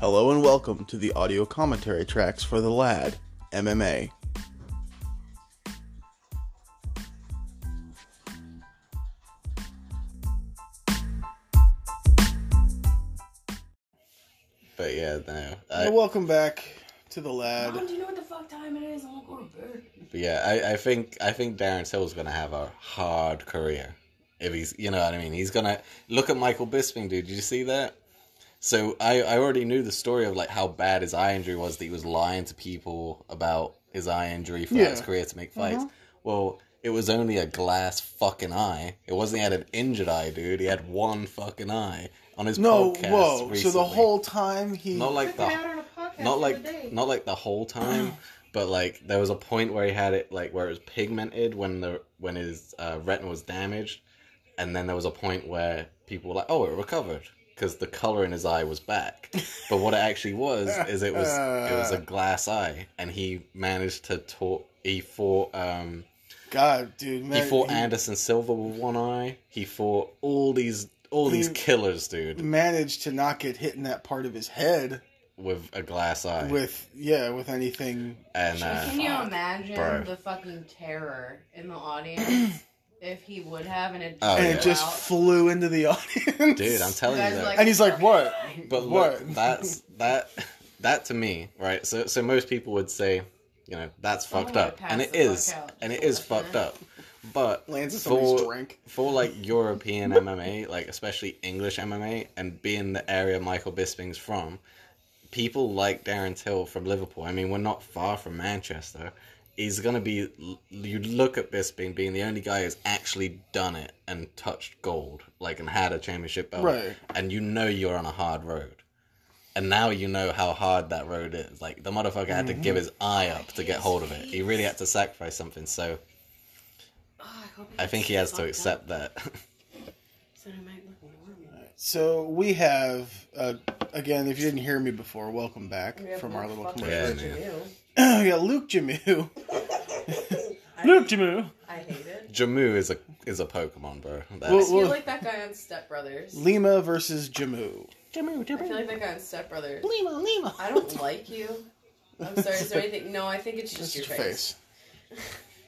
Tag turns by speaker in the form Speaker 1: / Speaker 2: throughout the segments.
Speaker 1: Hello and welcome to the audio commentary tracks for The Lad MMA. But yeah, no. I,
Speaker 2: Well, welcome back to the
Speaker 3: Mom,
Speaker 2: lad.
Speaker 3: do you know what the fuck time it is? I'm gonna go to bed.
Speaker 1: but yeah, I, I think I think Darren Till's gonna have a hard career if he's you know what I mean. He's gonna look at Michael Bisping, dude. Did you see that? So I, I already knew the story of like how bad his eye injury was that he was lying to people about his eye injury for his
Speaker 2: Yeah. Uh-huh.
Speaker 1: career to make fights. Well, it was only a glass fucking eye. It wasn't he had an injured eye, dude. He had one fucking eye on his
Speaker 2: No,
Speaker 1: podcast.
Speaker 2: whoa. So the
Speaker 1: recently.
Speaker 2: whole time he
Speaker 1: not like
Speaker 4: Took it
Speaker 1: the
Speaker 4: out on a podcast
Speaker 1: not
Speaker 4: the other day.
Speaker 1: like not like the whole time, but like there was a point where he had it like where it was pigmented when the when his uh, retina was damaged, and then there was a point where people were like, "Oh, it recovered." Because the color in his eye was back, but what it actually was is it was it was a glass eye, and he managed to talk. He fought um,
Speaker 2: God, dude,
Speaker 1: he
Speaker 2: man.
Speaker 1: fought Anderson Silva with one eye. He fought all these all these
Speaker 2: He-
Speaker 1: killers, dude,
Speaker 2: managed to not get hit in that part of his head
Speaker 1: with a glass eye.
Speaker 2: with yeah, with anything.
Speaker 1: and uh,
Speaker 3: Can you imagine
Speaker 1: Bro.
Speaker 3: the fucking terror in the audience if he would have and it
Speaker 1: Oh,
Speaker 2: and
Speaker 1: yeah.
Speaker 2: it just flew into the audience.
Speaker 1: dude, I'm telling you,
Speaker 3: Guys
Speaker 1: that.
Speaker 3: like-
Speaker 2: And he's like, "What?
Speaker 1: But look,
Speaker 2: what?
Speaker 1: that's that that to me, right? So so most people would say, you know, that's
Speaker 3: Someone
Speaker 1: fucked
Speaker 3: would
Speaker 1: up.
Speaker 3: pass
Speaker 1: And it
Speaker 3: the fuck
Speaker 1: is.
Speaker 3: out.
Speaker 1: And it is fucked up. But
Speaker 2: Lands is
Speaker 1: for-
Speaker 2: somebody's drink.
Speaker 1: for like European MMA, like especially English MMA, and being the area Michael Bisping's from, people like Darren Till from Liverpool. I mean, we're not far from Manchester. He's gonna be. You look at Bisping being the only guy who's actually done it and touched gold, like and had a championship belt,
Speaker 2: Right.
Speaker 1: and you know you're on a hard road. And now you know how hard that road is. Like the motherfucker had to give his eye up to get hold of it. He really had to sacrifice something. So
Speaker 3: Oh, hope
Speaker 1: I think he
Speaker 3: gets
Speaker 1: has to
Speaker 3: fucked up,
Speaker 1: accept that.
Speaker 3: So he might look normal.
Speaker 2: So we have uh, again. If you didn't hear me before, welcome back from our little
Speaker 3: Fucking
Speaker 2: commercial.
Speaker 1: Yeah,
Speaker 3: Virgin
Speaker 1: man.
Speaker 3: Hill.
Speaker 2: we got Luke Jamu. Luke Jamu.
Speaker 3: I hate it.
Speaker 1: Jamu is a is a Pokemon, bro. That's
Speaker 3: I
Speaker 2: Well-
Speaker 3: feel like that guy on Step Brothers.
Speaker 2: Lima versus Jamu.
Speaker 1: Jamu,
Speaker 3: I feel like that guy on Step Brothers.
Speaker 2: Lima, Lima.
Speaker 3: I don't like you. I'm sorry, is there anything? No, I think it's just
Speaker 2: Just
Speaker 3: your
Speaker 2: your
Speaker 3: face.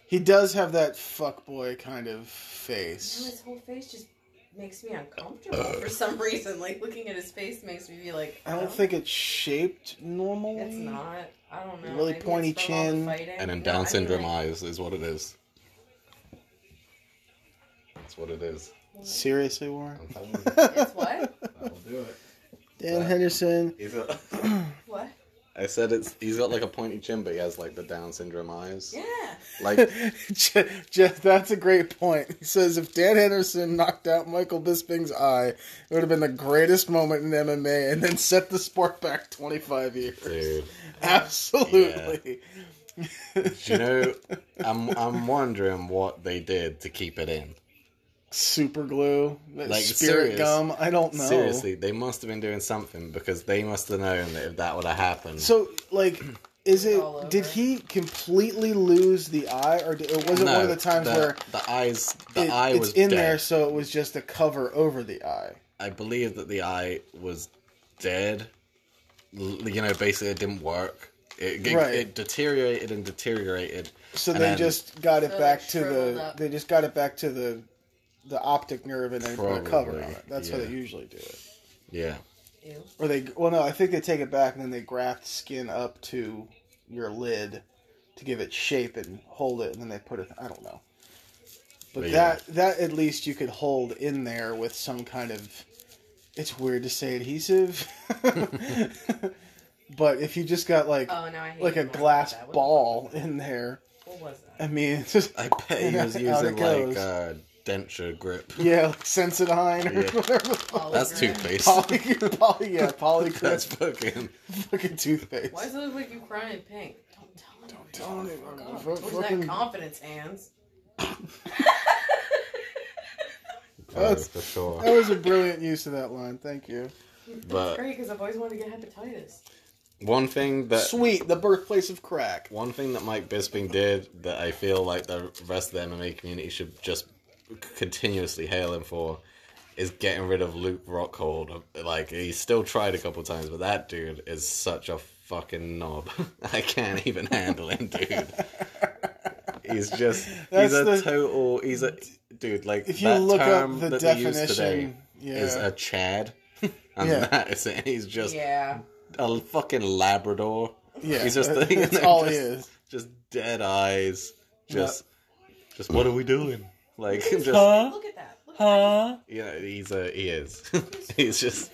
Speaker 2: He does have that fuckboy kind of
Speaker 3: No,
Speaker 2: face.
Speaker 3: his whole face just makes me uncomfortable
Speaker 1: Uh.
Speaker 3: for some reason. Like looking at his face makes me be like, "Oh,
Speaker 2: I don't think it's shaped normally.
Speaker 3: It's not. I don't know.
Speaker 2: Really
Speaker 3: Maybe it's
Speaker 2: pointy
Speaker 3: from all the
Speaker 2: chin.
Speaker 3: fighting.
Speaker 1: and then
Speaker 3: No,
Speaker 1: Down
Speaker 3: I mean,
Speaker 1: syndrome
Speaker 3: like,
Speaker 1: eyes is what it is. That's what it is.
Speaker 2: Seriously, Warren?
Speaker 3: Oh,
Speaker 1: I'm telling you,
Speaker 3: It's what?
Speaker 1: that'll do it.
Speaker 2: Dan Henderson.
Speaker 1: He's a,
Speaker 3: What?
Speaker 1: I said it's. He's got like a pointy chin, but he has like the Down syndrome eyes.
Speaker 3: Yeah.
Speaker 1: Like
Speaker 2: Je- Jeff, that's a great point. He says if Dan Henderson knocked out Michael Bisping's eye, it would have been the greatest moment in MMA and then set the sport back 25 years.
Speaker 1: Dude,
Speaker 2: Absolutely.
Speaker 1: do you know? I'm I'm wondering what they did to keep it in.
Speaker 2: Super glue. that
Speaker 1: Like,
Speaker 2: spirit
Speaker 1: serious-
Speaker 2: gum. I don't know.
Speaker 1: Seriously, they must have been doing something because they must have known that if that would have happened,
Speaker 2: So, like, is it?
Speaker 3: All over.
Speaker 2: Did he completely lose the eye, or, did, or was it one of the times
Speaker 1: the,
Speaker 2: where
Speaker 1: the eyes the
Speaker 2: it-
Speaker 1: eye
Speaker 2: it's
Speaker 1: was
Speaker 2: in
Speaker 1: dead.
Speaker 2: there, so it was just a cover over the eye?
Speaker 1: I believe that the eye was dead. L- You know, basically, it didn't work. It, it,
Speaker 2: Right.
Speaker 1: it deteriorated and deteriorated.
Speaker 2: So
Speaker 1: And
Speaker 2: they
Speaker 1: then-
Speaker 2: just got it
Speaker 3: So
Speaker 2: back
Speaker 3: it
Speaker 2: to
Speaker 3: shriveled
Speaker 2: the.
Speaker 3: up.
Speaker 2: They just got it back to the the optic nerve, and then put a cover on
Speaker 1: Probably,
Speaker 2: it. That's how
Speaker 1: yeah.
Speaker 2: they usually do it.
Speaker 1: Yeah,
Speaker 3: Ew.
Speaker 2: Or they. Well, no, I think they take it back, and then they graft skin up to your lid to give it shape and hold it, and then they put it. I don't know. But
Speaker 1: But yeah.
Speaker 2: that that at least you could hold in there with some kind of it's weird to say adhesive. but if you just got like
Speaker 3: Oh, now I hate
Speaker 2: like
Speaker 3: it
Speaker 2: a
Speaker 3: more than
Speaker 2: glass
Speaker 3: that. What-
Speaker 2: ball in there,
Speaker 3: What was that?
Speaker 2: I mean it's just
Speaker 1: I bet he was
Speaker 2: Out it
Speaker 1: using
Speaker 2: goes.
Speaker 1: like uh, denture grip.
Speaker 2: yeah, like Sensodyne or
Speaker 1: Yeah.
Speaker 2: whatever the
Speaker 3: Olive
Speaker 1: That's
Speaker 3: green.
Speaker 1: toothpaste.
Speaker 2: poly, poly yeah,
Speaker 1: That's
Speaker 2: polycrest
Speaker 1: fucking.
Speaker 2: fucking toothpaste.
Speaker 3: Why does it look like you crying in pink? Don't tell me. Don't
Speaker 2: tell me, I'm
Speaker 3: God,
Speaker 2: fu-
Speaker 3: where's
Speaker 2: fucking-
Speaker 3: that confidence, hands?
Speaker 2: That's-
Speaker 1: for sure.
Speaker 2: That was a brilliant use of that line, thank you.
Speaker 1: But-
Speaker 3: That's great because I've always wanted to get hepatitis.
Speaker 1: One thing that
Speaker 2: Sweet, the birthplace of crack.
Speaker 1: One thing that Mike Bisping did that I feel like the rest of the MMA community should just continuously hail him for is getting rid of Luke Rockhold. Like he still tried a couple times, but that dude is such a fucking knob. I can't even handle him, dude. He's just
Speaker 2: That's
Speaker 1: he's a
Speaker 2: the-
Speaker 1: total he's a dude like
Speaker 2: If you
Speaker 1: that
Speaker 2: look
Speaker 1: term
Speaker 2: up the
Speaker 1: that they use today
Speaker 2: definition, yeah,
Speaker 1: is a Chad. And
Speaker 2: Yeah.
Speaker 1: that is it. He's just
Speaker 3: yeah.
Speaker 1: a fucking Labrador.
Speaker 2: yeah,
Speaker 1: he's just-
Speaker 2: that-
Speaker 1: you
Speaker 2: that's
Speaker 1: know,
Speaker 2: all he
Speaker 1: just-
Speaker 2: is.
Speaker 1: Just dead eyes. Just just what are we doing? Like just
Speaker 3: Look at that. Look
Speaker 2: Huh?
Speaker 1: you know, he's a he is. he's just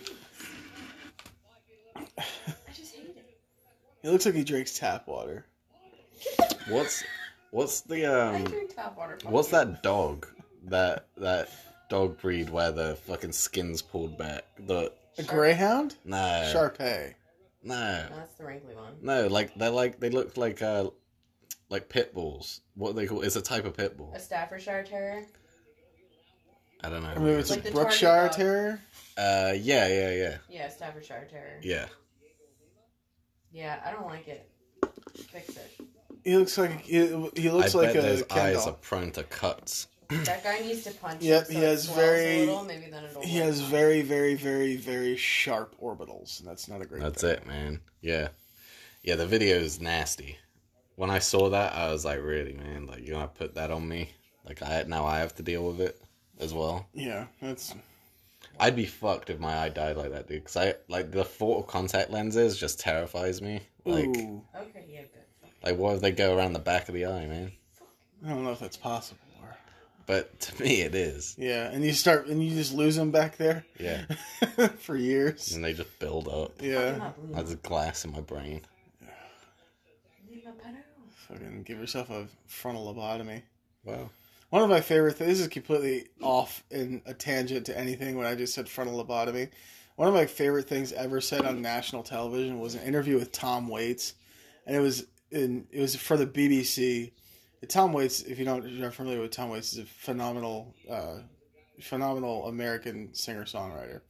Speaker 3: at that. I just hate it.
Speaker 2: He looks like he drinks tap water.
Speaker 1: what's what's the
Speaker 3: I
Speaker 1: um
Speaker 3: drink tap water. fuck
Speaker 1: What's
Speaker 3: you.
Speaker 1: that dog? That that dog breed where the fucking skin's pulled back. The
Speaker 2: A
Speaker 3: Sharp-
Speaker 2: greyhound?
Speaker 1: no,
Speaker 2: Shar Sharpei.
Speaker 1: no,
Speaker 3: No, that's the wrinkly one.
Speaker 1: no. Like they're like they look like uh like pit bulls. What are they call? It's a type of pit bull.
Speaker 3: A Staffordshire Terrier.
Speaker 1: I don't know.
Speaker 2: I mean, it's
Speaker 3: Like
Speaker 2: a
Speaker 3: the
Speaker 2: Brookshire
Speaker 3: target dog.
Speaker 2: Terrier.
Speaker 1: uh, yeah, yeah, yeah,
Speaker 3: Yeah, Staffordshire Terrier.
Speaker 1: yeah.
Speaker 3: Yeah, I don't like it. Fix it.
Speaker 2: He looks like he, he looks
Speaker 1: I
Speaker 2: like
Speaker 1: bet
Speaker 2: a
Speaker 1: those
Speaker 2: Ken
Speaker 1: eyes are
Speaker 2: doll.
Speaker 1: prone to cuts.
Speaker 3: That guy needs to punch.
Speaker 2: Yep,
Speaker 3: him
Speaker 2: he
Speaker 3: so it
Speaker 2: has
Speaker 3: swells a
Speaker 2: very-
Speaker 3: little, maybe then it'll
Speaker 2: He
Speaker 3: work.
Speaker 2: has very, very, very, very sharp orbitals, and that's not a great.
Speaker 1: That's
Speaker 2: thing.
Speaker 1: it, man. Yeah, yeah. The video is nasty. When I saw that, I was like, really, man. Like you gonna put that on me? Like I now I have to deal with it as well.
Speaker 2: Yeah, that's
Speaker 1: I'd be fucked if my eye died like that, dude. Because I like the thought of contact lenses just terrifies me. Like,
Speaker 2: ooh.
Speaker 3: Okay, yeah, good.
Speaker 1: like what if they go around the back of the eye, man?
Speaker 2: I don't know if that's possible. Or...
Speaker 1: But to me, it is.
Speaker 2: Yeah, and you start and you just lose them back there
Speaker 1: Yeah,
Speaker 2: for years.
Speaker 1: and they just build up.
Speaker 2: Yeah,
Speaker 3: Fuck him up,
Speaker 1: That's a glass in my brain.
Speaker 3: leave my pet alone.
Speaker 2: fucking give yourself a frontal lobotomy.
Speaker 1: Wow.
Speaker 2: One of my favorite things this is completely off in a tangent to anything when I just said frontal lobotomy. One of my favorite things ever said on national television was an interview with Tom Waits, and it was in it was for the BBC. Tom Waits, if you don't if you're not familiar with Tom Waits, is a phenomenal, uh, phenomenal American singer songwriter.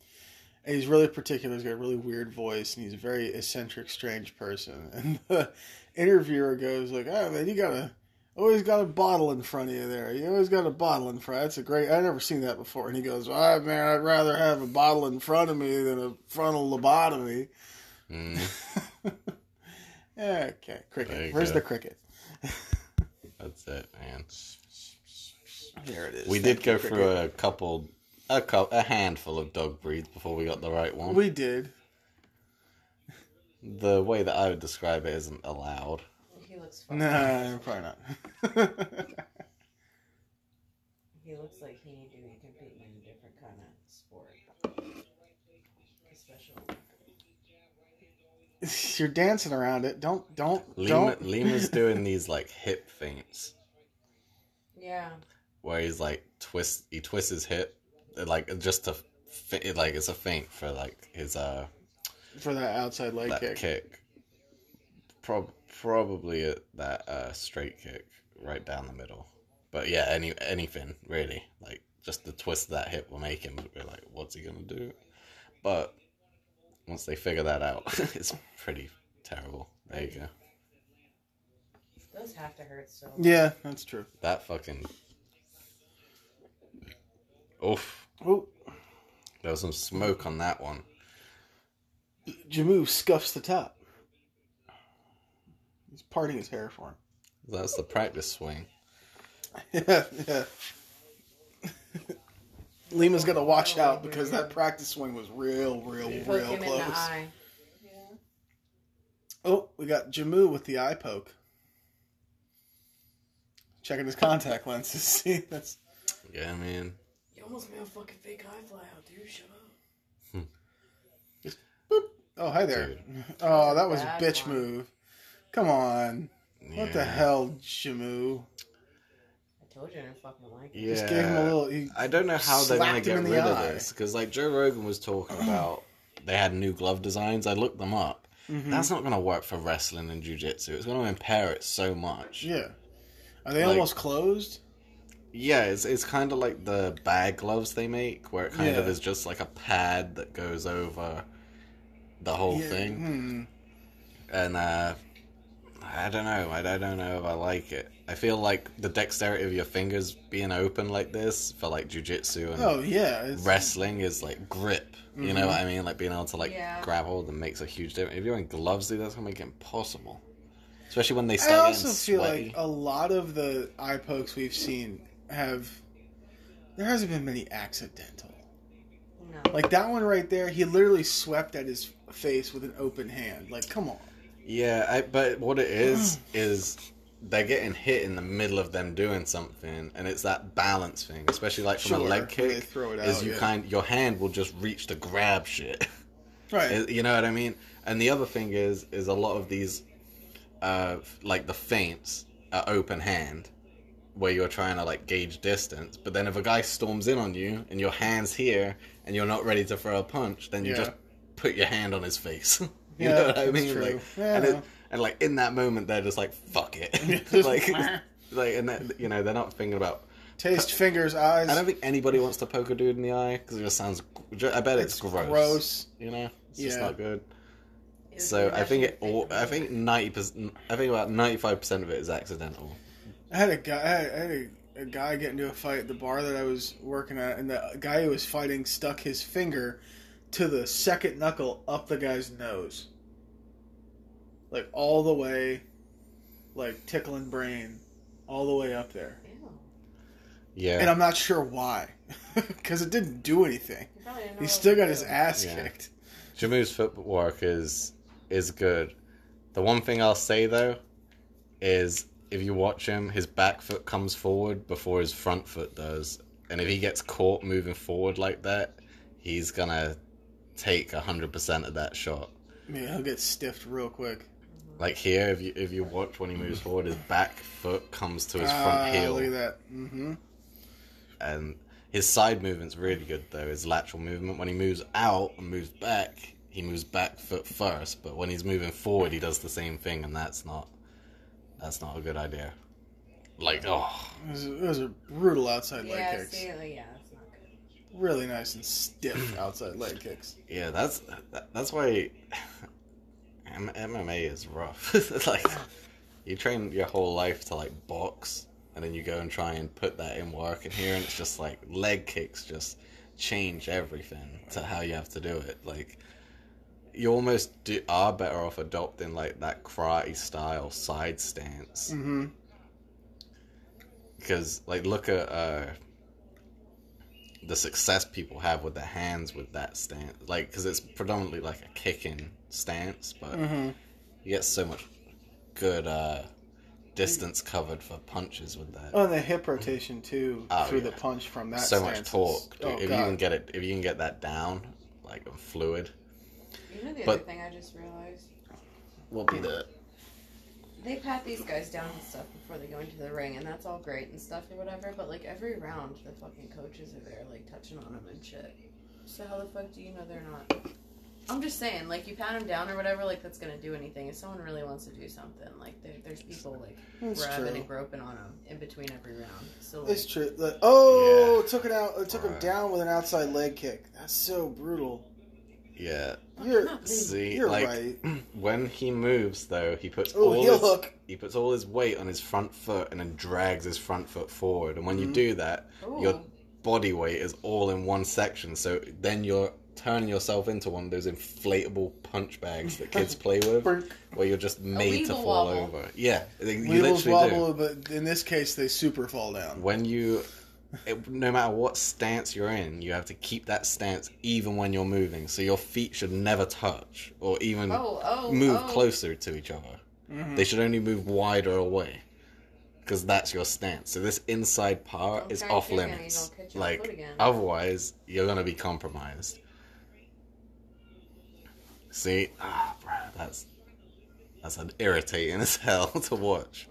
Speaker 2: And he's really particular. He's got a really weird voice, and he's a very eccentric, strange person. And the interviewer goes like, "Oh man, you gotta." Always got a bottle in front of you there. You always got a bottle in front. That's a great. I never seen that before. And he goes, "All right, man, I'd rather have a bottle in front of me than a frontal lobotomy."
Speaker 1: Mm.
Speaker 2: Yeah, okay,
Speaker 1: There you
Speaker 2: cricket. Where's
Speaker 1: go.
Speaker 2: the cricket?
Speaker 1: That's it, man.
Speaker 2: There it is.
Speaker 1: We
Speaker 2: Thank
Speaker 1: did go
Speaker 2: you,
Speaker 1: through
Speaker 2: cricket.
Speaker 1: a couple, a cou- a handful of dog breeds before we got the right one.
Speaker 2: We did.
Speaker 1: The way that I would describe it isn't allowed.
Speaker 3: He looks fucked up.
Speaker 2: Nah, probably not.
Speaker 3: He looks like he need to be competing in a different kind of sport. Especially.
Speaker 2: You're dancing around it. Don't, don't,
Speaker 1: Lima,
Speaker 2: don't.
Speaker 1: Lima's doing these like hip feints.
Speaker 3: Yeah.
Speaker 1: where he's like twist he twists his hip like just to fi- like it's a feint for like his uh
Speaker 2: for that outside leg
Speaker 1: that
Speaker 2: kick.
Speaker 1: kick, Prob- probably a, that uh straight kick right down the middle but yeah any anything really like just the twist of that hip will make him be like what's he gonna do but once they figure that out it's pretty terrible there you go
Speaker 3: Those have to hurt so.
Speaker 2: Yeah, that's true.
Speaker 1: that fucking oof
Speaker 2: Oh,
Speaker 1: there was some smoke on that one
Speaker 2: Jamu scuffs the top. He's parting his hair for him.
Speaker 1: That's the practice swing.
Speaker 2: yeah. yeah. Lima's gonna watch out because that practice swing was real, real,
Speaker 3: Poke
Speaker 2: real
Speaker 3: him in the
Speaker 2: close.
Speaker 3: eye.
Speaker 2: Oh, we got Jamu with the eye poke. Checking his contact lenses. See, that's
Speaker 1: Yeah, man.
Speaker 3: You almost made a fucking fake eye fly out, dude. Shut up.
Speaker 2: oh hi there.
Speaker 1: Dude.
Speaker 2: Oh, that was a
Speaker 3: Bad
Speaker 2: bitch
Speaker 3: one.
Speaker 2: move. Come on, what the
Speaker 1: Yeah.
Speaker 2: hell, Jamu?
Speaker 3: I told you I didn't fucking like it.
Speaker 1: Yeah.
Speaker 2: Just gave him a little. He,
Speaker 1: I don't know how they're gonna
Speaker 2: slapped him
Speaker 1: get
Speaker 2: in the
Speaker 1: rid of
Speaker 2: eye.
Speaker 1: this because, like, Joe Rogan was talking about they had new glove designs. I looked them up.
Speaker 2: Mhm.
Speaker 1: That's not gonna work for wrestling and jujitsu. It's gonna impair it so much.
Speaker 2: Yeah. Are they
Speaker 1: Like-
Speaker 2: almost closed?
Speaker 1: Yeah, it's it's kind of like the bag gloves they make, where it kind of
Speaker 2: Yeah.
Speaker 1: is just like a pad that goes over the whole
Speaker 2: Yeah,
Speaker 1: thing.
Speaker 2: hmm.
Speaker 1: And uh, I don't know. I, I don't know if I like it. I feel like the dexterity of your fingers being open like this for like jujitsu and
Speaker 2: Oh yeah, it's,
Speaker 1: wrestling is like grip. You know
Speaker 2: Mhm.
Speaker 1: what I mean? Like being able to like
Speaker 3: Yeah.
Speaker 1: grab hold and makes a huge difference. If you're in gloves, dude, that's gonna make it impossible. Especially when they
Speaker 2: I
Speaker 1: start
Speaker 2: also
Speaker 1: getting
Speaker 2: feel
Speaker 1: sweaty.
Speaker 2: like a lot of the eye pokes we've seen have there hasn't been many accidental.
Speaker 3: No.
Speaker 2: Like that one right there, he literally swept at his face with an open hand. Like, come on.
Speaker 1: Yeah, I, but what it is
Speaker 2: Mm.
Speaker 1: is they're getting hit in the middle of them doing something, and it's that balance thing, especially like from
Speaker 2: Sure,
Speaker 1: a
Speaker 2: when
Speaker 1: leg
Speaker 2: they
Speaker 1: kick.
Speaker 2: throw it
Speaker 1: Is
Speaker 2: out,
Speaker 1: you
Speaker 2: yeah.
Speaker 1: kind your hand will just reach to grab shit.
Speaker 2: Right.
Speaker 1: Is- you know what I mean? And the other thing is, is a lot of these, uh, like the feints are open hand, where you're trying to like gauge distance. But then if a guy storms in on you and your hand's here and you're not ready to throw a punch, then you
Speaker 2: Yeah.
Speaker 1: just put your hand on his face. you
Speaker 2: Yeah,
Speaker 1: know what I
Speaker 2: that's
Speaker 1: mean?
Speaker 2: true.
Speaker 1: Like,
Speaker 2: Yeah,
Speaker 1: and,
Speaker 2: I
Speaker 1: it,
Speaker 2: know.
Speaker 1: and like in that moment, they're just like fuck it,
Speaker 2: Just
Speaker 1: like like and that, you know they're not thinking about.
Speaker 2: Taste, fingers, eyes.
Speaker 1: I don't think anybody wants to poke a dude in the eye because it just sounds. I bet it's,
Speaker 2: It's
Speaker 1: gross.
Speaker 2: gross.
Speaker 1: You know, it's just
Speaker 2: Yeah.
Speaker 1: not good.
Speaker 3: It was
Speaker 1: So
Speaker 3: a
Speaker 1: I think it.
Speaker 3: national
Speaker 1: All,
Speaker 3: thing.
Speaker 1: I think ninety percent. I think about ninety-five percent of it is accidental.
Speaker 2: I had a guy. I had, I had a, a guy get into a fight at the bar that I was working at, and the guy who was fighting stuck his finger to the second knuckle up the guy's nose, like all the way, like tickling brain, all the way up there.
Speaker 3: Ew.
Speaker 1: Yeah.
Speaker 2: And I'm not sure why, because it didn't do anything.
Speaker 3: He probably didn't know
Speaker 2: He
Speaker 3: what
Speaker 2: still
Speaker 3: to
Speaker 2: got his
Speaker 3: do.
Speaker 2: ass
Speaker 1: Yeah.
Speaker 2: kicked.
Speaker 1: Jamoo's footwork is is good. The one thing I'll say though is if you watch him, his back foot comes forward before his front foot does, and if he gets caught moving forward like that, he's gonna take hundred percent of that shot.
Speaker 2: Man, he'll get stiffed real quick.
Speaker 3: Mm-hmm.
Speaker 1: Like here, if you if you watch when he moves forward, his back foot comes to his
Speaker 2: Ah,
Speaker 1: front heel.
Speaker 2: Look at that. Mm-hmm.
Speaker 1: and his side movement's really good though. His lateral movement when he moves out and moves back, he moves back foot first. But when he's moving forward, he does the same thing, and that's not that's not a good idea. Like oh,
Speaker 2: Those, are- those are brutal outside
Speaker 3: Yeah,
Speaker 2: leg kicks.
Speaker 3: see, like, yeah, that's not good.
Speaker 2: Really nice and stiff outside leg kicks.
Speaker 1: yeah, that's that, that's why M- MMA is rough. It's like you train your whole life to like box, and then you go and try and put that in work in here, and it's just like leg kicks just change everything to how you have to do it. Like you almost do, are better off adopting like that karate style side stance
Speaker 2: Mm-hmm.
Speaker 1: because like look at uh the success people have with their hands with that stance like because it's predominantly like a kicking stance but
Speaker 2: Mm-hmm.
Speaker 1: you get so much good uh distance covered for punches with that
Speaker 2: Oh, and the hip rotation too
Speaker 1: Oh,
Speaker 2: through
Speaker 1: yeah.
Speaker 2: the punch from that.
Speaker 1: so much
Speaker 2: stance is-
Speaker 1: torque dude.
Speaker 2: Oh
Speaker 1: if you can
Speaker 2: god.
Speaker 1: get it if you can get that down like and fluid
Speaker 3: You know the
Speaker 1: But-
Speaker 3: other thing I just realized?
Speaker 1: will be the
Speaker 3: They pat these guys down and stuff before they go into the ring, and that's all great and stuff or whatever, but like every round, the fucking coaches are there, like touching on them and shit. So how the fuck do you know they're not? I'm just saying, like you pat them down or whatever, like that's gonna do anything. If someone really wants to do something, like there, there's people like
Speaker 2: That's
Speaker 3: grabbing
Speaker 2: true.
Speaker 3: and groping on them in between every round. So like,
Speaker 2: That's true. The- oh,
Speaker 1: Yeah.
Speaker 2: took it out. It took him
Speaker 1: Right.
Speaker 2: down with an outside leg kick. That's so brutal.
Speaker 1: yeah
Speaker 2: You're
Speaker 1: see
Speaker 2: you're
Speaker 1: like
Speaker 2: right.
Speaker 1: when he moves though he puts
Speaker 2: Oh,
Speaker 1: all
Speaker 2: heel
Speaker 1: his,
Speaker 2: hook.
Speaker 1: he puts all his weight on his front foot and then drags his front foot forward and when you
Speaker 2: Mhm.
Speaker 1: do that
Speaker 3: ooh,
Speaker 1: your body weight is all in one section so then you're turning yourself into one of those inflatable punch bags that kids play with
Speaker 2: Brink.
Speaker 1: where you're just made to
Speaker 3: weeble
Speaker 1: fall
Speaker 3: wobble.
Speaker 1: over yeah they- you
Speaker 2: Weebles
Speaker 1: literally
Speaker 2: wobble, but in this case, they super fall
Speaker 1: do
Speaker 2: down.
Speaker 1: when you it, no matter what stance you're in you have to keep that stance even when you're moving so your feet should never touch or even
Speaker 3: oh oh
Speaker 1: move
Speaker 3: oh.
Speaker 1: closer to each other
Speaker 2: Mhm.
Speaker 1: they should only move wider away because that's your stance. So this inside part
Speaker 3: Don't
Speaker 1: is
Speaker 3: try and
Speaker 1: off
Speaker 3: kick any,
Speaker 1: limits.
Speaker 3: don't catch your foot
Speaker 1: Like
Speaker 3: again.
Speaker 1: otherwise, you're gonna be compromised. See, ah, bro, that's that's an irritating as hell to watch.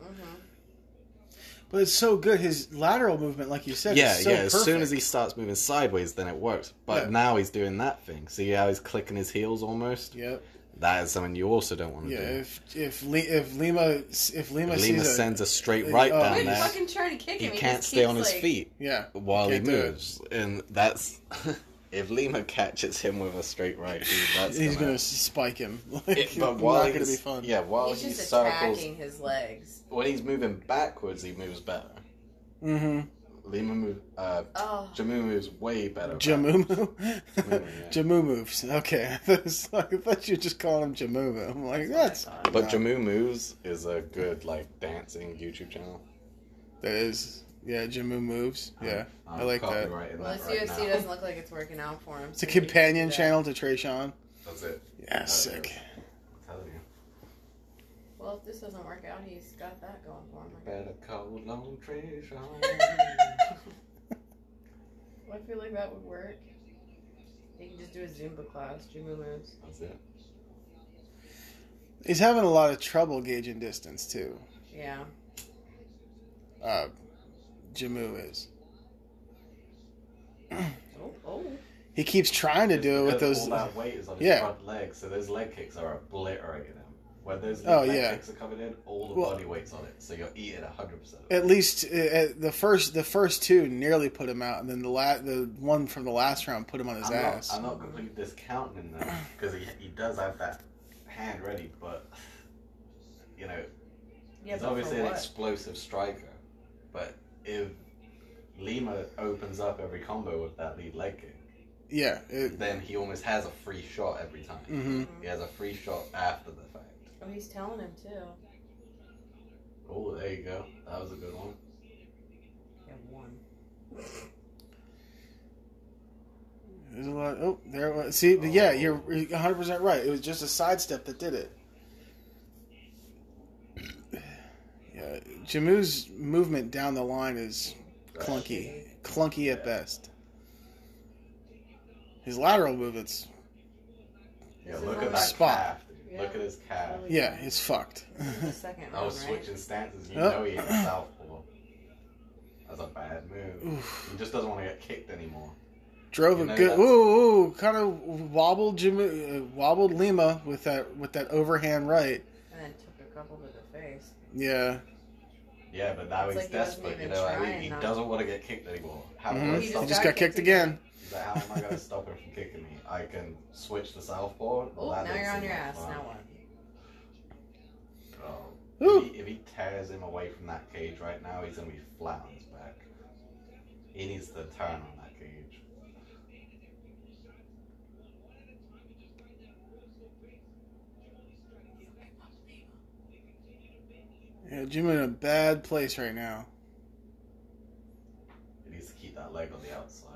Speaker 2: But it's so good. His lateral movement, like you said,
Speaker 1: yeah,
Speaker 2: is so
Speaker 1: yeah. As soon as
Speaker 2: perfect.
Speaker 1: he starts moving sideways, then it works. But
Speaker 2: Yeah.
Speaker 1: now he's doing that thing. See how he's clicking his heels almost.
Speaker 2: Yep.
Speaker 1: That is something you also don't want to
Speaker 2: Yeah,
Speaker 1: do.
Speaker 2: if if Le- if Lima if Lima,
Speaker 1: Mm-hmm. If Lima
Speaker 2: sees a,
Speaker 1: sends a straight
Speaker 2: uh,
Speaker 1: right
Speaker 2: oh,
Speaker 1: down
Speaker 3: Why
Speaker 2: Wait,
Speaker 3: you
Speaker 1: there.
Speaker 3: fucking trying to kick
Speaker 1: He
Speaker 3: him?
Speaker 1: can't
Speaker 3: just
Speaker 1: stay on
Speaker 3: keeps,
Speaker 1: his
Speaker 3: like-
Speaker 1: feet.
Speaker 2: yeah,
Speaker 1: while he
Speaker 2: Can't do it.
Speaker 1: moves, and that's If Lima catches him with a straight right, dude, that's
Speaker 2: He's
Speaker 1: gonna.
Speaker 2: gonna spike him. Like,
Speaker 1: It-
Speaker 2: not
Speaker 1: but while
Speaker 2: gonna
Speaker 1: he's-
Speaker 2: be fun.
Speaker 1: Yeah, while
Speaker 3: He's
Speaker 1: he
Speaker 3: just
Speaker 1: circles,
Speaker 3: attacking his legs.
Speaker 1: when he's moving backwards, he moves better.
Speaker 2: Mm-hmm.
Speaker 1: Lima move, uh,
Speaker 3: Oh,
Speaker 1: Jamu moves way better. back.
Speaker 2: Jamumu.
Speaker 1: yeah.
Speaker 2: Jamu moves. Okay, I thought, it was like, I thought you were just calling him Jamumu. I'm like, that's
Speaker 3: my God.
Speaker 1: But Jamu moves is a good like dancing YouTube channel.
Speaker 2: that is yeah. Jamu moves.
Speaker 1: Uh-huh.
Speaker 2: Yeah,
Speaker 1: I'm
Speaker 2: I like that.
Speaker 1: copyrighting
Speaker 3: well, this
Speaker 1: right
Speaker 3: UFC
Speaker 1: now.
Speaker 3: doesn't look like it's working out for him.
Speaker 2: It's a companion channel to Trayshawn.
Speaker 1: That's it.
Speaker 2: Yeah, sick.
Speaker 1: I'm telling you.
Speaker 3: Well, if this doesn't work out, he's got that going for him. I guess.
Speaker 1: Better call Lone Treasure.
Speaker 3: Well, I feel like that would work. He can just do a Zumba class, Jumu moves.
Speaker 1: That's it.
Speaker 2: He's having a lot of trouble gauging distance too.
Speaker 3: Yeah.
Speaker 2: Uh, Jamu is.
Speaker 3: Oh, oh.
Speaker 2: He keeps trying to
Speaker 1: It's
Speaker 2: do it with
Speaker 1: because
Speaker 2: those.
Speaker 1: All that weight is on his
Speaker 2: Yeah.
Speaker 1: front legs, so those leg kicks are obliterating him. When those
Speaker 2: Oh,
Speaker 1: leg
Speaker 2: yeah.
Speaker 1: kicks are coming in, all the
Speaker 2: Well-
Speaker 1: body weight's on it, so you're eating hundred percent.
Speaker 2: At least uh, uh, the first, the first two nearly put him out, and then the la- the one from the last round put him on his
Speaker 1: I'm
Speaker 2: ass.
Speaker 1: Not, I'm not completely discounting them because he, he does have that hand ready, but you know
Speaker 3: Yeah,
Speaker 1: he's
Speaker 3: but
Speaker 1: obviously
Speaker 3: for
Speaker 1: an
Speaker 3: what?
Speaker 1: explosive striker. But if Lima opens up every combo with that lead leg kick,
Speaker 2: yeah, it,
Speaker 1: then he almost has a free shot every time.
Speaker 2: hmm
Speaker 3: Mm-hmm.
Speaker 1: He has a free shot after the fact.
Speaker 3: Oh, he's telling him too.
Speaker 1: Oh, there you go. That was a good one.
Speaker 3: Yeah, one.
Speaker 2: There's a lot. Oh, there it was. See, but yeah, you're 100 percent right. It was just a sidestep that did it. Yeah, Jamu's movement down the line is clunky, clunky at best. His lateral movements,
Speaker 1: Yeah,
Speaker 3: This is
Speaker 1: look
Speaker 3: on
Speaker 1: at
Speaker 3: my
Speaker 1: that
Speaker 2: spot.
Speaker 1: calf. dude. Look at his calf.
Speaker 2: yeah, it's fucked.
Speaker 3: This is the second
Speaker 1: I
Speaker 3: round,
Speaker 1: was
Speaker 3: right?
Speaker 1: switching stances. You
Speaker 2: Oh.
Speaker 1: know he hit the southpaw. That's a bad move.
Speaker 2: Oof.
Speaker 1: He just doesn't want to get kicked anymore.
Speaker 2: Drove
Speaker 1: You
Speaker 2: a
Speaker 1: know
Speaker 2: good.
Speaker 1: that's-
Speaker 2: Ooh, ooh, kind of wobbled Jamu, uh, wobbled Lima with that with that overhand right.
Speaker 3: And then took a couple to the face.
Speaker 2: Yeah,
Speaker 1: Yeah, but now
Speaker 3: It's
Speaker 1: he's
Speaker 3: like he wasn't
Speaker 1: desperate. You
Speaker 3: even
Speaker 1: know, what I mean?
Speaker 3: trying
Speaker 1: he
Speaker 3: not-
Speaker 1: doesn't want to get kicked anymore. How
Speaker 2: Mhm.
Speaker 1: can I
Speaker 3: He
Speaker 1: stop
Speaker 2: he
Speaker 1: him?
Speaker 2: just got kicked again.
Speaker 1: He's like, how am I going to stop him from kicking me? I can switch the southpaw.
Speaker 3: Oh,
Speaker 1: That
Speaker 3: now
Speaker 1: don't
Speaker 3: you're on
Speaker 1: seem
Speaker 3: your
Speaker 1: like
Speaker 3: ass.
Speaker 1: fun.
Speaker 3: Now what?
Speaker 1: Oh.
Speaker 2: Ooh.
Speaker 1: If, he, if he tears him away from that cage right now, he's gonna be flat on his back. He needs to turn on that cage.
Speaker 2: yeah, Jamu in a bad place right now.
Speaker 1: He needs to keep that leg on the outside.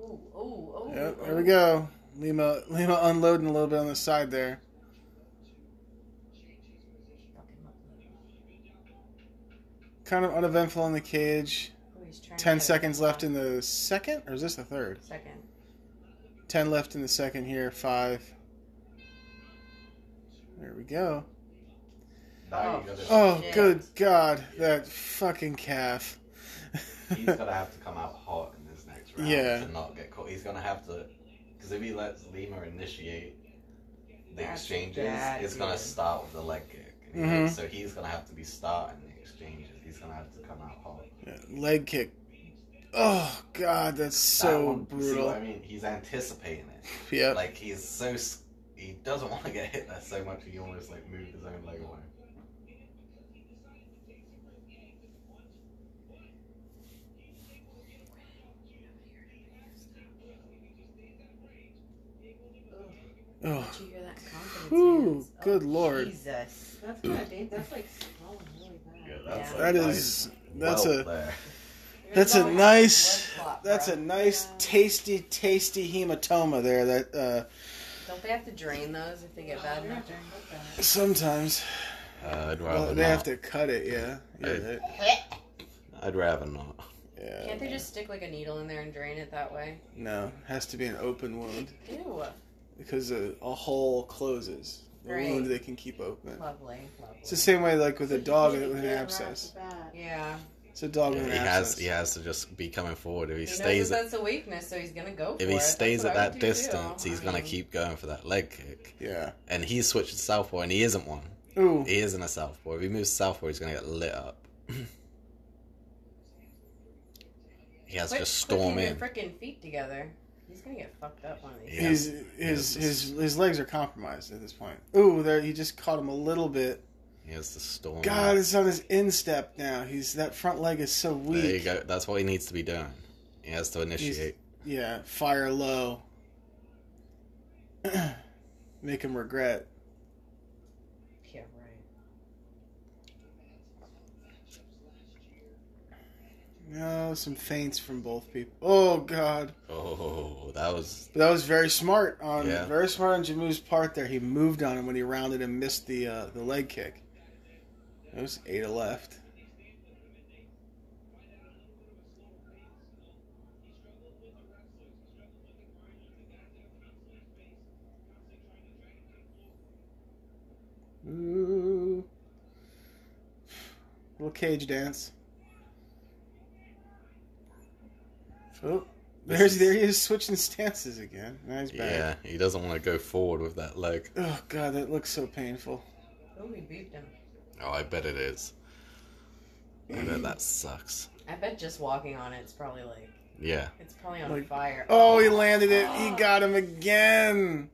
Speaker 3: Ooh, ooh, ooh.
Speaker 2: Yep,
Speaker 3: ooh.
Speaker 2: there we go. Lima Lima unloading a little bit on the side there.
Speaker 3: Fucking look.
Speaker 2: Kind of uneventful in the cage.
Speaker 3: Ooh, Oh, he's trying to
Speaker 2: Ten
Speaker 3: get it.
Speaker 2: seconds left in the second, or is this the third?
Speaker 3: Second.
Speaker 2: Ten left in the second here. Five. There we go.
Speaker 1: Now
Speaker 3: Oh,
Speaker 1: you gotta,
Speaker 2: Oh,
Speaker 3: Yeah.
Speaker 2: good God, that fucking calf.
Speaker 1: He's gonna have to come out hot in this next round
Speaker 2: Yeah.
Speaker 1: to not get caught. He's gonna have to, because if he lets Lima initiate the
Speaker 3: That's
Speaker 1: exchanges,
Speaker 3: bad,
Speaker 1: it's gonna
Speaker 3: dude.
Speaker 1: start with the leg kick. you know?
Speaker 2: Mhm.
Speaker 1: So he's gonna have to be starting the exchanges. He's gonna have to come out hot.
Speaker 2: Yeah, Leg kick. Oh God, that's
Speaker 1: That
Speaker 2: so
Speaker 1: one- you See what I
Speaker 2: brutal.
Speaker 1: mean, he's anticipating it.
Speaker 2: Yep.
Speaker 1: Like he's so s- he doesn't want to get hit that so much he almost like moved his own leg away.
Speaker 2: Oh,
Speaker 3: Did you hear that confidence?
Speaker 2: Ooh,
Speaker 3: hands?
Speaker 2: good
Speaker 3: oh,
Speaker 2: Lord.
Speaker 3: Jesus. That's gonna be, that's like swollen really bad.
Speaker 1: Yeah, that's
Speaker 3: yeah.
Speaker 1: like-
Speaker 2: that is that's
Speaker 1: Well,
Speaker 2: a
Speaker 1: there.
Speaker 3: You're
Speaker 2: that's a
Speaker 3: going
Speaker 2: nice-
Speaker 3: blood clot,
Speaker 2: that's
Speaker 3: bro.
Speaker 2: a nice
Speaker 3: Yeah.
Speaker 2: tasty tasty hematoma there. That uh,
Speaker 3: Don't they have to drain those if they get bad enough?
Speaker 2: sometimes
Speaker 1: Uh, I'd
Speaker 2: Well, they have to cut it, yeah. You're
Speaker 1: Hey.
Speaker 2: right.
Speaker 1: I'd rather not.
Speaker 2: Yeah.
Speaker 3: Can't they just stick like a needle in there and drain it that way?
Speaker 2: No, has to be an open wound
Speaker 3: Ew.
Speaker 2: because a, a hole closes. The
Speaker 3: Right.
Speaker 2: wound they can keep open.
Speaker 3: Lovely.
Speaker 2: It's the same way, like with a dog with an abscess.
Speaker 3: Yeah.
Speaker 2: It's a dog with
Speaker 1: he
Speaker 2: an
Speaker 1: has
Speaker 2: abscess.
Speaker 1: he has to just be coming forward. If he,
Speaker 3: He knows
Speaker 1: stays
Speaker 3: that
Speaker 1: at,
Speaker 3: that's a weakness, so he's gonna go
Speaker 1: if
Speaker 3: for it.
Speaker 1: he
Speaker 3: That's
Speaker 1: stays at
Speaker 3: what I would
Speaker 1: that
Speaker 3: do, too.
Speaker 1: distance, he's
Speaker 3: I
Speaker 1: gonna
Speaker 3: mean,
Speaker 1: keep going for that leg kick.
Speaker 2: Yeah.
Speaker 1: And he's switched to southpaw, and he isn't one.
Speaker 2: Ooh.
Speaker 1: He isn't a southpaw. If he moves southpaw, he's gonna get lit up. He has
Speaker 3: Quit
Speaker 1: to storm
Speaker 3: clicking
Speaker 1: in.
Speaker 3: Your freaking feet together. He's gonna get fucked up one of these.
Speaker 1: Yeah.
Speaker 2: His his
Speaker 1: Yeah,
Speaker 2: his his legs are compromised at this point. Ooh, there he just caught him a little bit.
Speaker 1: He has to storm.
Speaker 2: God,
Speaker 1: in.
Speaker 2: it's on his instep now. He's that front leg is so weak.
Speaker 1: There you go. That's what he needs to be doing. He has to initiate.
Speaker 2: Yeah, fire low. Make him regret.
Speaker 3: Yeah, right.
Speaker 2: No, some feints from both people. Oh God,
Speaker 1: Oh, that was
Speaker 2: but that was very smart on
Speaker 1: Yeah.
Speaker 2: very smart on Jamu's part. There, he moved on him when he rounded and missed the uh, the leg kick. It was eight left. Ooh. Little cage dance. Oh, there's there he is switching stances again. Now he's back.
Speaker 1: yeah. He doesn't want to go forward with that leg.
Speaker 2: Oh god, that looks so painful.
Speaker 3: Oh, we beeped him.
Speaker 1: Oh, I bet it is. I bet that sucks.
Speaker 3: I bet just walking on it's probably like
Speaker 1: Yeah.
Speaker 3: it's probably on
Speaker 2: Like-
Speaker 3: fire.
Speaker 2: Oh, he landed it. He got him again.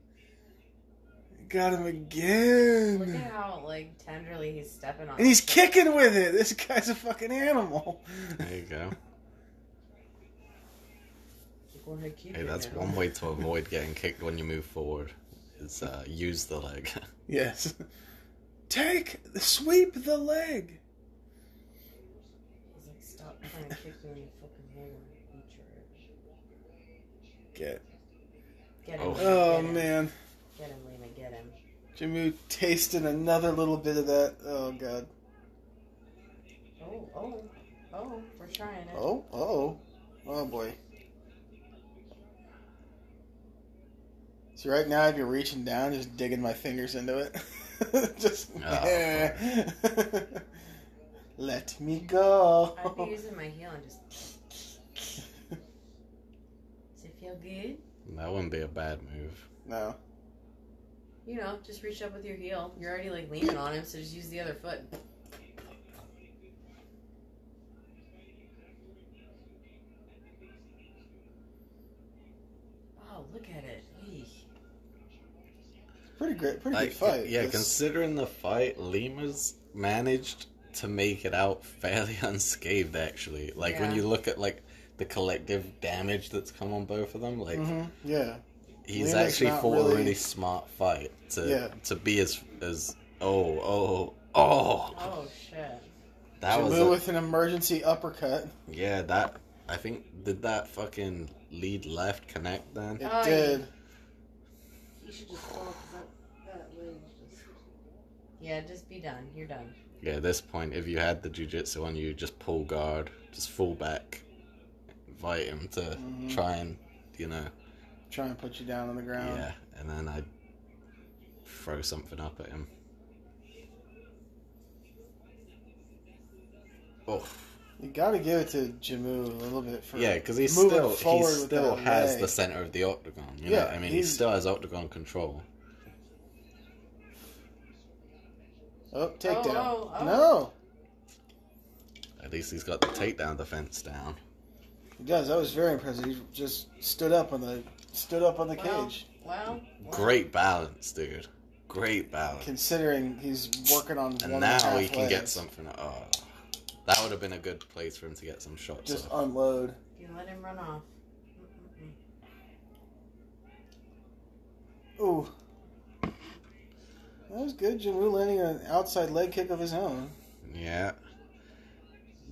Speaker 2: He Got him
Speaker 3: Look at
Speaker 2: again.
Speaker 3: how like tenderly he's stepping on.
Speaker 2: And he's
Speaker 3: it.
Speaker 2: kicking with it. This guy's a fucking animal.
Speaker 1: There you go.
Speaker 3: Like, we're gonna keep
Speaker 1: Hey,
Speaker 3: it
Speaker 1: that's
Speaker 3: now.
Speaker 1: one way to avoid getting kicked when you move forward. Is uh, use the leg.
Speaker 2: Yes. Take, sweep the leg.
Speaker 3: He's like, stop trying to kick me in the fucking hole and eat your.
Speaker 2: Get.
Speaker 3: Get him.
Speaker 1: Oh.
Speaker 3: Lena,
Speaker 2: Oh
Speaker 3: get him.
Speaker 2: man,
Speaker 3: Get him, Lena. Get him.
Speaker 2: Jamu tasted another little bit of that. Oh god.
Speaker 3: Oh, oh, oh. We're trying it.
Speaker 2: Oh, oh, oh boy. See, right now I'd be reaching down, just digging my fingers into it. just.
Speaker 1: Oh,
Speaker 2: Let me go.
Speaker 3: I'd be using my heel and just. Does it feel good?
Speaker 1: That wouldn't be a bad move.
Speaker 2: No.
Speaker 3: You know, just reach up with your heel. You're already like leaning on him, so just use the other foot. Wow, Oh, look at it. Eey.
Speaker 2: Pretty great. Pretty
Speaker 1: Like,
Speaker 2: good fight.
Speaker 1: yeah,
Speaker 2: This-
Speaker 1: considering the fight, Lima's managed to make it out fairly unscathed. Actually, like when
Speaker 3: Yeah.
Speaker 1: you look at like the collective damage that's come on both of them, like
Speaker 2: Mhm, Yeah.
Speaker 1: he's
Speaker 2: Lima's
Speaker 1: actually
Speaker 2: not
Speaker 1: fought a
Speaker 2: really-
Speaker 1: really smart fight to
Speaker 2: Yeah.
Speaker 1: to be as as oh oh oh
Speaker 3: Oh shit.
Speaker 1: that was
Speaker 2: Jamu
Speaker 1: a-
Speaker 2: with an emergency uppercut.
Speaker 1: yeah that I think did that fucking lead left connect then
Speaker 2: It
Speaker 3: Oh, yeah.
Speaker 2: did.
Speaker 3: You should just fall that, that leg just. Yeah, just be done. You're done.
Speaker 1: yeah at this point if you had the jujitsu on you just pull guard just fall back invite him to
Speaker 2: Mhm.
Speaker 1: try and you know
Speaker 2: Try and put you down on the ground.
Speaker 1: yeah and then I throw something up at him oh
Speaker 2: You got to give it to Jamu a little bit for.
Speaker 1: Yeah, because he's
Speaker 2: moving
Speaker 1: still he
Speaker 2: forward with
Speaker 1: still
Speaker 2: that
Speaker 1: has
Speaker 2: leg.
Speaker 1: the center of the octagon. You
Speaker 2: Yeah,
Speaker 1: know? what I mean, he
Speaker 2: he's-
Speaker 1: still has octagon control.
Speaker 2: Oh, takedown.
Speaker 3: Oh, oh, oh.
Speaker 2: No,
Speaker 1: At least he's got the takedown defense down.
Speaker 2: he does. That was very impressive. He just stood up on the stood up on the
Speaker 3: Wow.
Speaker 2: cage.
Speaker 3: Wow. wow.
Speaker 1: Great balance, dude. Great balance.
Speaker 2: Considering he's working on one
Speaker 1: and
Speaker 2: and a
Speaker 1: now
Speaker 2: half
Speaker 1: he can get
Speaker 2: legs.
Speaker 1: something. Oh, that would have been a good place for him to get some shots.
Speaker 2: Just
Speaker 1: off.
Speaker 2: unload.
Speaker 3: You let him run off. Mm-mm-mm.
Speaker 2: Ooh, that was good. Jamu landing an outside leg kick of his own.
Speaker 1: Yeah.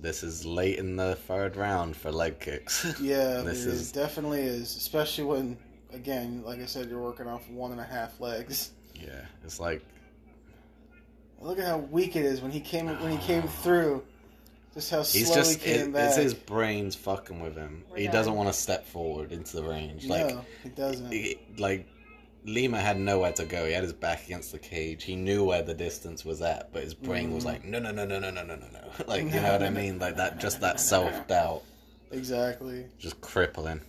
Speaker 1: This is late in the third round for leg kicks.
Speaker 2: Yeah,
Speaker 1: This
Speaker 2: it
Speaker 1: is-
Speaker 2: definitely is, especially when again, like I said, you're working off one and a half legs.
Speaker 1: yeah, it's like
Speaker 2: Look at how weak it is when he came when he came through. Just how
Speaker 1: he's
Speaker 2: slowly
Speaker 1: just
Speaker 2: came
Speaker 1: it,
Speaker 2: back.
Speaker 1: it's his brain's fucking with him.
Speaker 3: We're
Speaker 1: He
Speaker 3: done.
Speaker 1: doesn't want to step forward into the range. Like
Speaker 2: no, he doesn't.
Speaker 1: it- like Lima had nowhere to go. He had his back against the cage. He knew where the distance was at, but his brain was
Speaker 2: Mhm.
Speaker 1: like, no, no, no, no, no, no, no, no, no. Like you
Speaker 2: No,
Speaker 1: know what
Speaker 2: no,
Speaker 1: I
Speaker 2: no,
Speaker 1: mean?
Speaker 2: no,
Speaker 1: Like
Speaker 2: no,
Speaker 1: that,
Speaker 2: no,
Speaker 1: just
Speaker 2: no,
Speaker 1: that
Speaker 2: no,
Speaker 1: self doubt,
Speaker 2: Exactly.
Speaker 1: just crippling.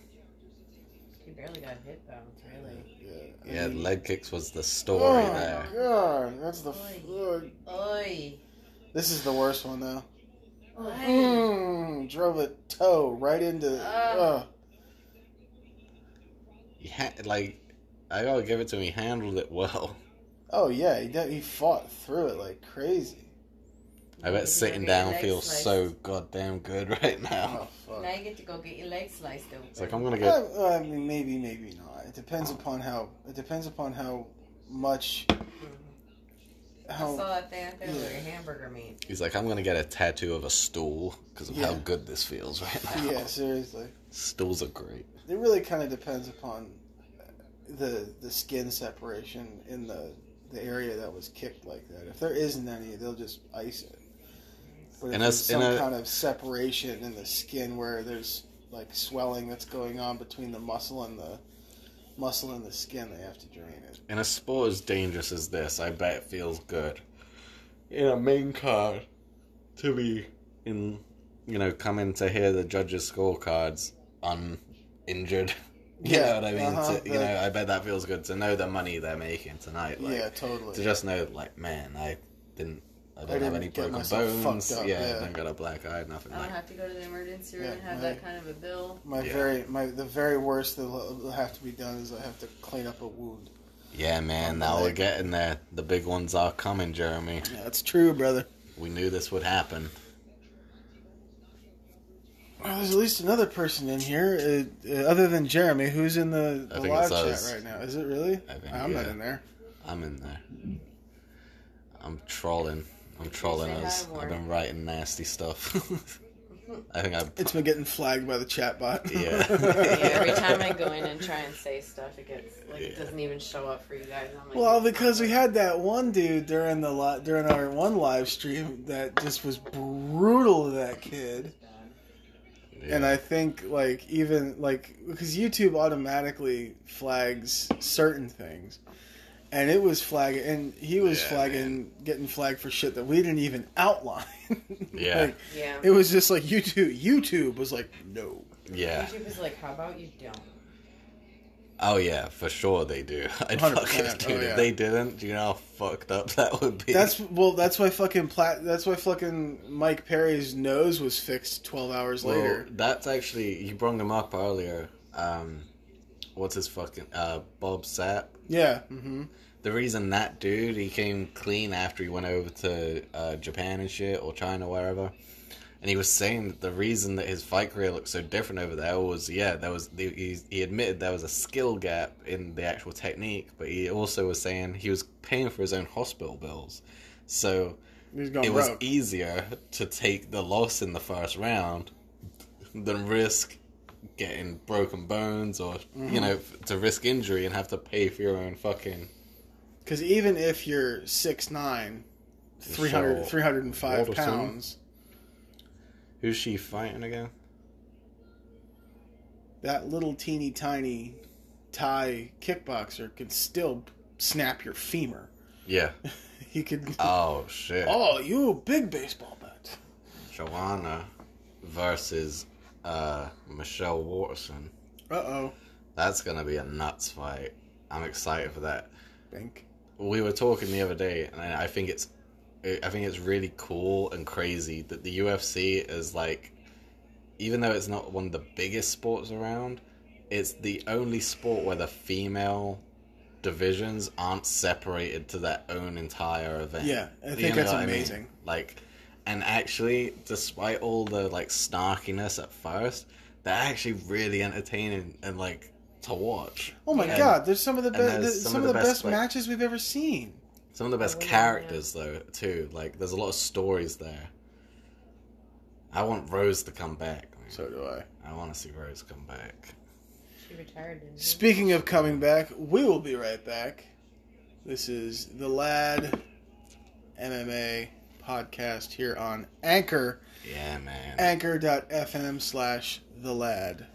Speaker 3: He barely got hit though, really.
Speaker 2: Yeah. I
Speaker 1: Yeah,
Speaker 2: mean-
Speaker 1: leg kicks was the
Speaker 2: Mm. Oh
Speaker 1: story there.
Speaker 2: my god, that's the. F- uh,
Speaker 3: Oy.
Speaker 2: this is the worst one though.
Speaker 3: Oy.
Speaker 2: Mm, drove a toe right into.
Speaker 3: Ugh.
Speaker 2: Uh,
Speaker 1: He ha- like, I gotta give it to him. He handled it well.
Speaker 2: oh yeah, he did, he fought through it like crazy.
Speaker 1: I bet sitting down feels so goddamn good right now.
Speaker 2: Oh fuck.
Speaker 3: Now you get to go get your legs sliced open.
Speaker 1: It's like I'm gonna get.
Speaker 2: Uh, I mean, maybe, maybe not. It depends upon how. It depends upon how much.
Speaker 3: I
Speaker 2: How
Speaker 3: saw a thing out there with your hamburger meat.
Speaker 1: He's like, I'm gonna get a tattoo of a stool because of how
Speaker 2: Yeah.
Speaker 1: good this feels right now.
Speaker 2: yeah, seriously.
Speaker 1: Stools are great.
Speaker 2: It really kind of depends upon the the skin separation in the the area that was kicked like that. If there isn't any, they'll just ice it. But if
Speaker 1: And
Speaker 2: there's
Speaker 1: that's-
Speaker 2: some
Speaker 1: and I-
Speaker 2: kind of separation in the skin where there's like swelling that's going on between the muscle and the muscle and the skin, they have to drain it.
Speaker 1: In a sport as dangerous as this, I bet it feels good. In a main card, to be in, you know, coming to hear the judges' scorecards uninjured. You know what I mean?
Speaker 2: uh-huh,
Speaker 1: to, you
Speaker 2: the-
Speaker 1: know, I bet that feels good to know the money they're making tonight. Like,
Speaker 2: yeah, totally.
Speaker 1: to just know, like, man, I didn't, I don't have
Speaker 2: didn't
Speaker 1: any
Speaker 2: get
Speaker 1: broken
Speaker 2: myself
Speaker 1: bones.
Speaker 2: fucked up,
Speaker 1: yeah,
Speaker 2: yeah.
Speaker 1: I didn't got a black eye, nothing
Speaker 3: I don't
Speaker 1: like.
Speaker 3: have to go to the emergency room
Speaker 2: Yeah,
Speaker 3: and have
Speaker 2: my-
Speaker 3: that kind of a bill.
Speaker 2: my
Speaker 1: yeah.
Speaker 2: very my the very worst that'll that'll have to be done is I have to clean up a wound.
Speaker 1: Yeah, man, now we're
Speaker 2: Like-
Speaker 1: getting there. The big ones are coming, Jeremy.
Speaker 2: Yeah, that's true, brother.
Speaker 1: We knew this would happen.
Speaker 2: Well, there's at least another person in here, uh, uh, other than Jeremy, who's in the,
Speaker 1: I
Speaker 2: the
Speaker 1: think
Speaker 2: live
Speaker 1: it's
Speaker 2: chat
Speaker 1: us.
Speaker 2: right now. Is it really?
Speaker 1: I think,
Speaker 2: I'm not
Speaker 1: yeah.
Speaker 2: in there.
Speaker 1: I'm in there. I'm trolling. I'm trolling
Speaker 3: Say hi,
Speaker 1: us. I've
Speaker 3: Warren.
Speaker 1: been writing nasty stuff. I think I.
Speaker 2: It's been getting flagged by the chat bot.
Speaker 1: Yeah.
Speaker 3: Yeah, every time I go in and try and say stuff, it gets like it
Speaker 1: Yeah.
Speaker 3: doesn't even show up for you guys. I'm like,
Speaker 2: well, because we had that one dude during the li- during our one live stream that just was brutal to that kid,
Speaker 1: Yeah.
Speaker 2: and I think like even like because YouTube automatically flags certain things. And it was flagging, and he was
Speaker 1: Yeah,
Speaker 2: flagging, getting flagged for shit that we didn't even outline.
Speaker 1: Yeah.
Speaker 2: Like,
Speaker 3: yeah,
Speaker 2: It was just like YouTube. YouTube was like, no.
Speaker 1: yeah.
Speaker 3: YouTube is like, how about you don't?
Speaker 1: Oh yeah, for sure they do.
Speaker 2: 100%.
Speaker 1: I'd fucking do
Speaker 2: Oh,
Speaker 1: it.
Speaker 2: yeah.
Speaker 1: If they didn't, do you know how fucked up that would be?
Speaker 2: That's well. That's why fucking plat. That's why fucking Mike Perry's nose was fixed twelve hours
Speaker 1: Well,
Speaker 2: later.
Speaker 1: that's actually you brought him up earlier. Um, what's his fucking uh Bob Sapp?
Speaker 2: Yeah.
Speaker 1: mm-hmm.
Speaker 2: hmm
Speaker 1: The reason that dude he came clean after he went over to uh, Japan and shit or China wherever, and he was saying that the reason that his fight career looked so different over there was yeah there was the, he he admitted there was a skill gap in the actual technique, but he also was saying he was paying for his own hospital bills, so
Speaker 2: He's gone
Speaker 1: it was e-
Speaker 2: broke.
Speaker 1: easier to take the loss in the first round than risk getting broken bones or you know f- to risk injury and have to pay for your own fucking
Speaker 2: Because even if you're six nine, 300,
Speaker 1: So,
Speaker 2: 305
Speaker 1: Walterson?
Speaker 2: pounds,
Speaker 1: who's she fighting again
Speaker 2: that little teeny tiny Thai kickboxer can still snap your femur.
Speaker 1: yeah
Speaker 2: He could.
Speaker 1: oh shit
Speaker 2: oh, you a big baseball bat.
Speaker 1: joanna versus uh michelle waterson
Speaker 2: Uh oh.
Speaker 1: that's gonna be a nuts fight i'm excited for that
Speaker 2: Bank.
Speaker 1: we were talking the other day, and I I think it's, I think it's really cool and crazy that the UFC is like, even though it's not one of the biggest sports around, it's the only sport where the female divisions aren't separated to their own entire event.
Speaker 2: Yeah, I
Speaker 1: You
Speaker 2: think
Speaker 1: know
Speaker 2: that's
Speaker 1: what I mean?
Speaker 2: amazing.
Speaker 1: Like, and actually, despite all the like snarkiness at first, they're actually really entertaining and like to watch.
Speaker 2: Oh my
Speaker 1: And-
Speaker 2: god, there's some of the best
Speaker 1: there's
Speaker 2: the- some, of the best,
Speaker 1: like-
Speaker 2: matches we've ever seen.
Speaker 1: Some of the best
Speaker 3: Oh, yeah.
Speaker 1: characters, though, too. Like, there's a lot of stories there. I want Rose to come back. man.
Speaker 2: do I.
Speaker 1: I want to see Rose come back.
Speaker 3: She retired. Didn't she?
Speaker 2: Speaking of coming back, we will be right back. This is the Lad MMA podcast here on Anchor,
Speaker 1: Yeah, man.
Speaker 2: anchor.fm slash the lad.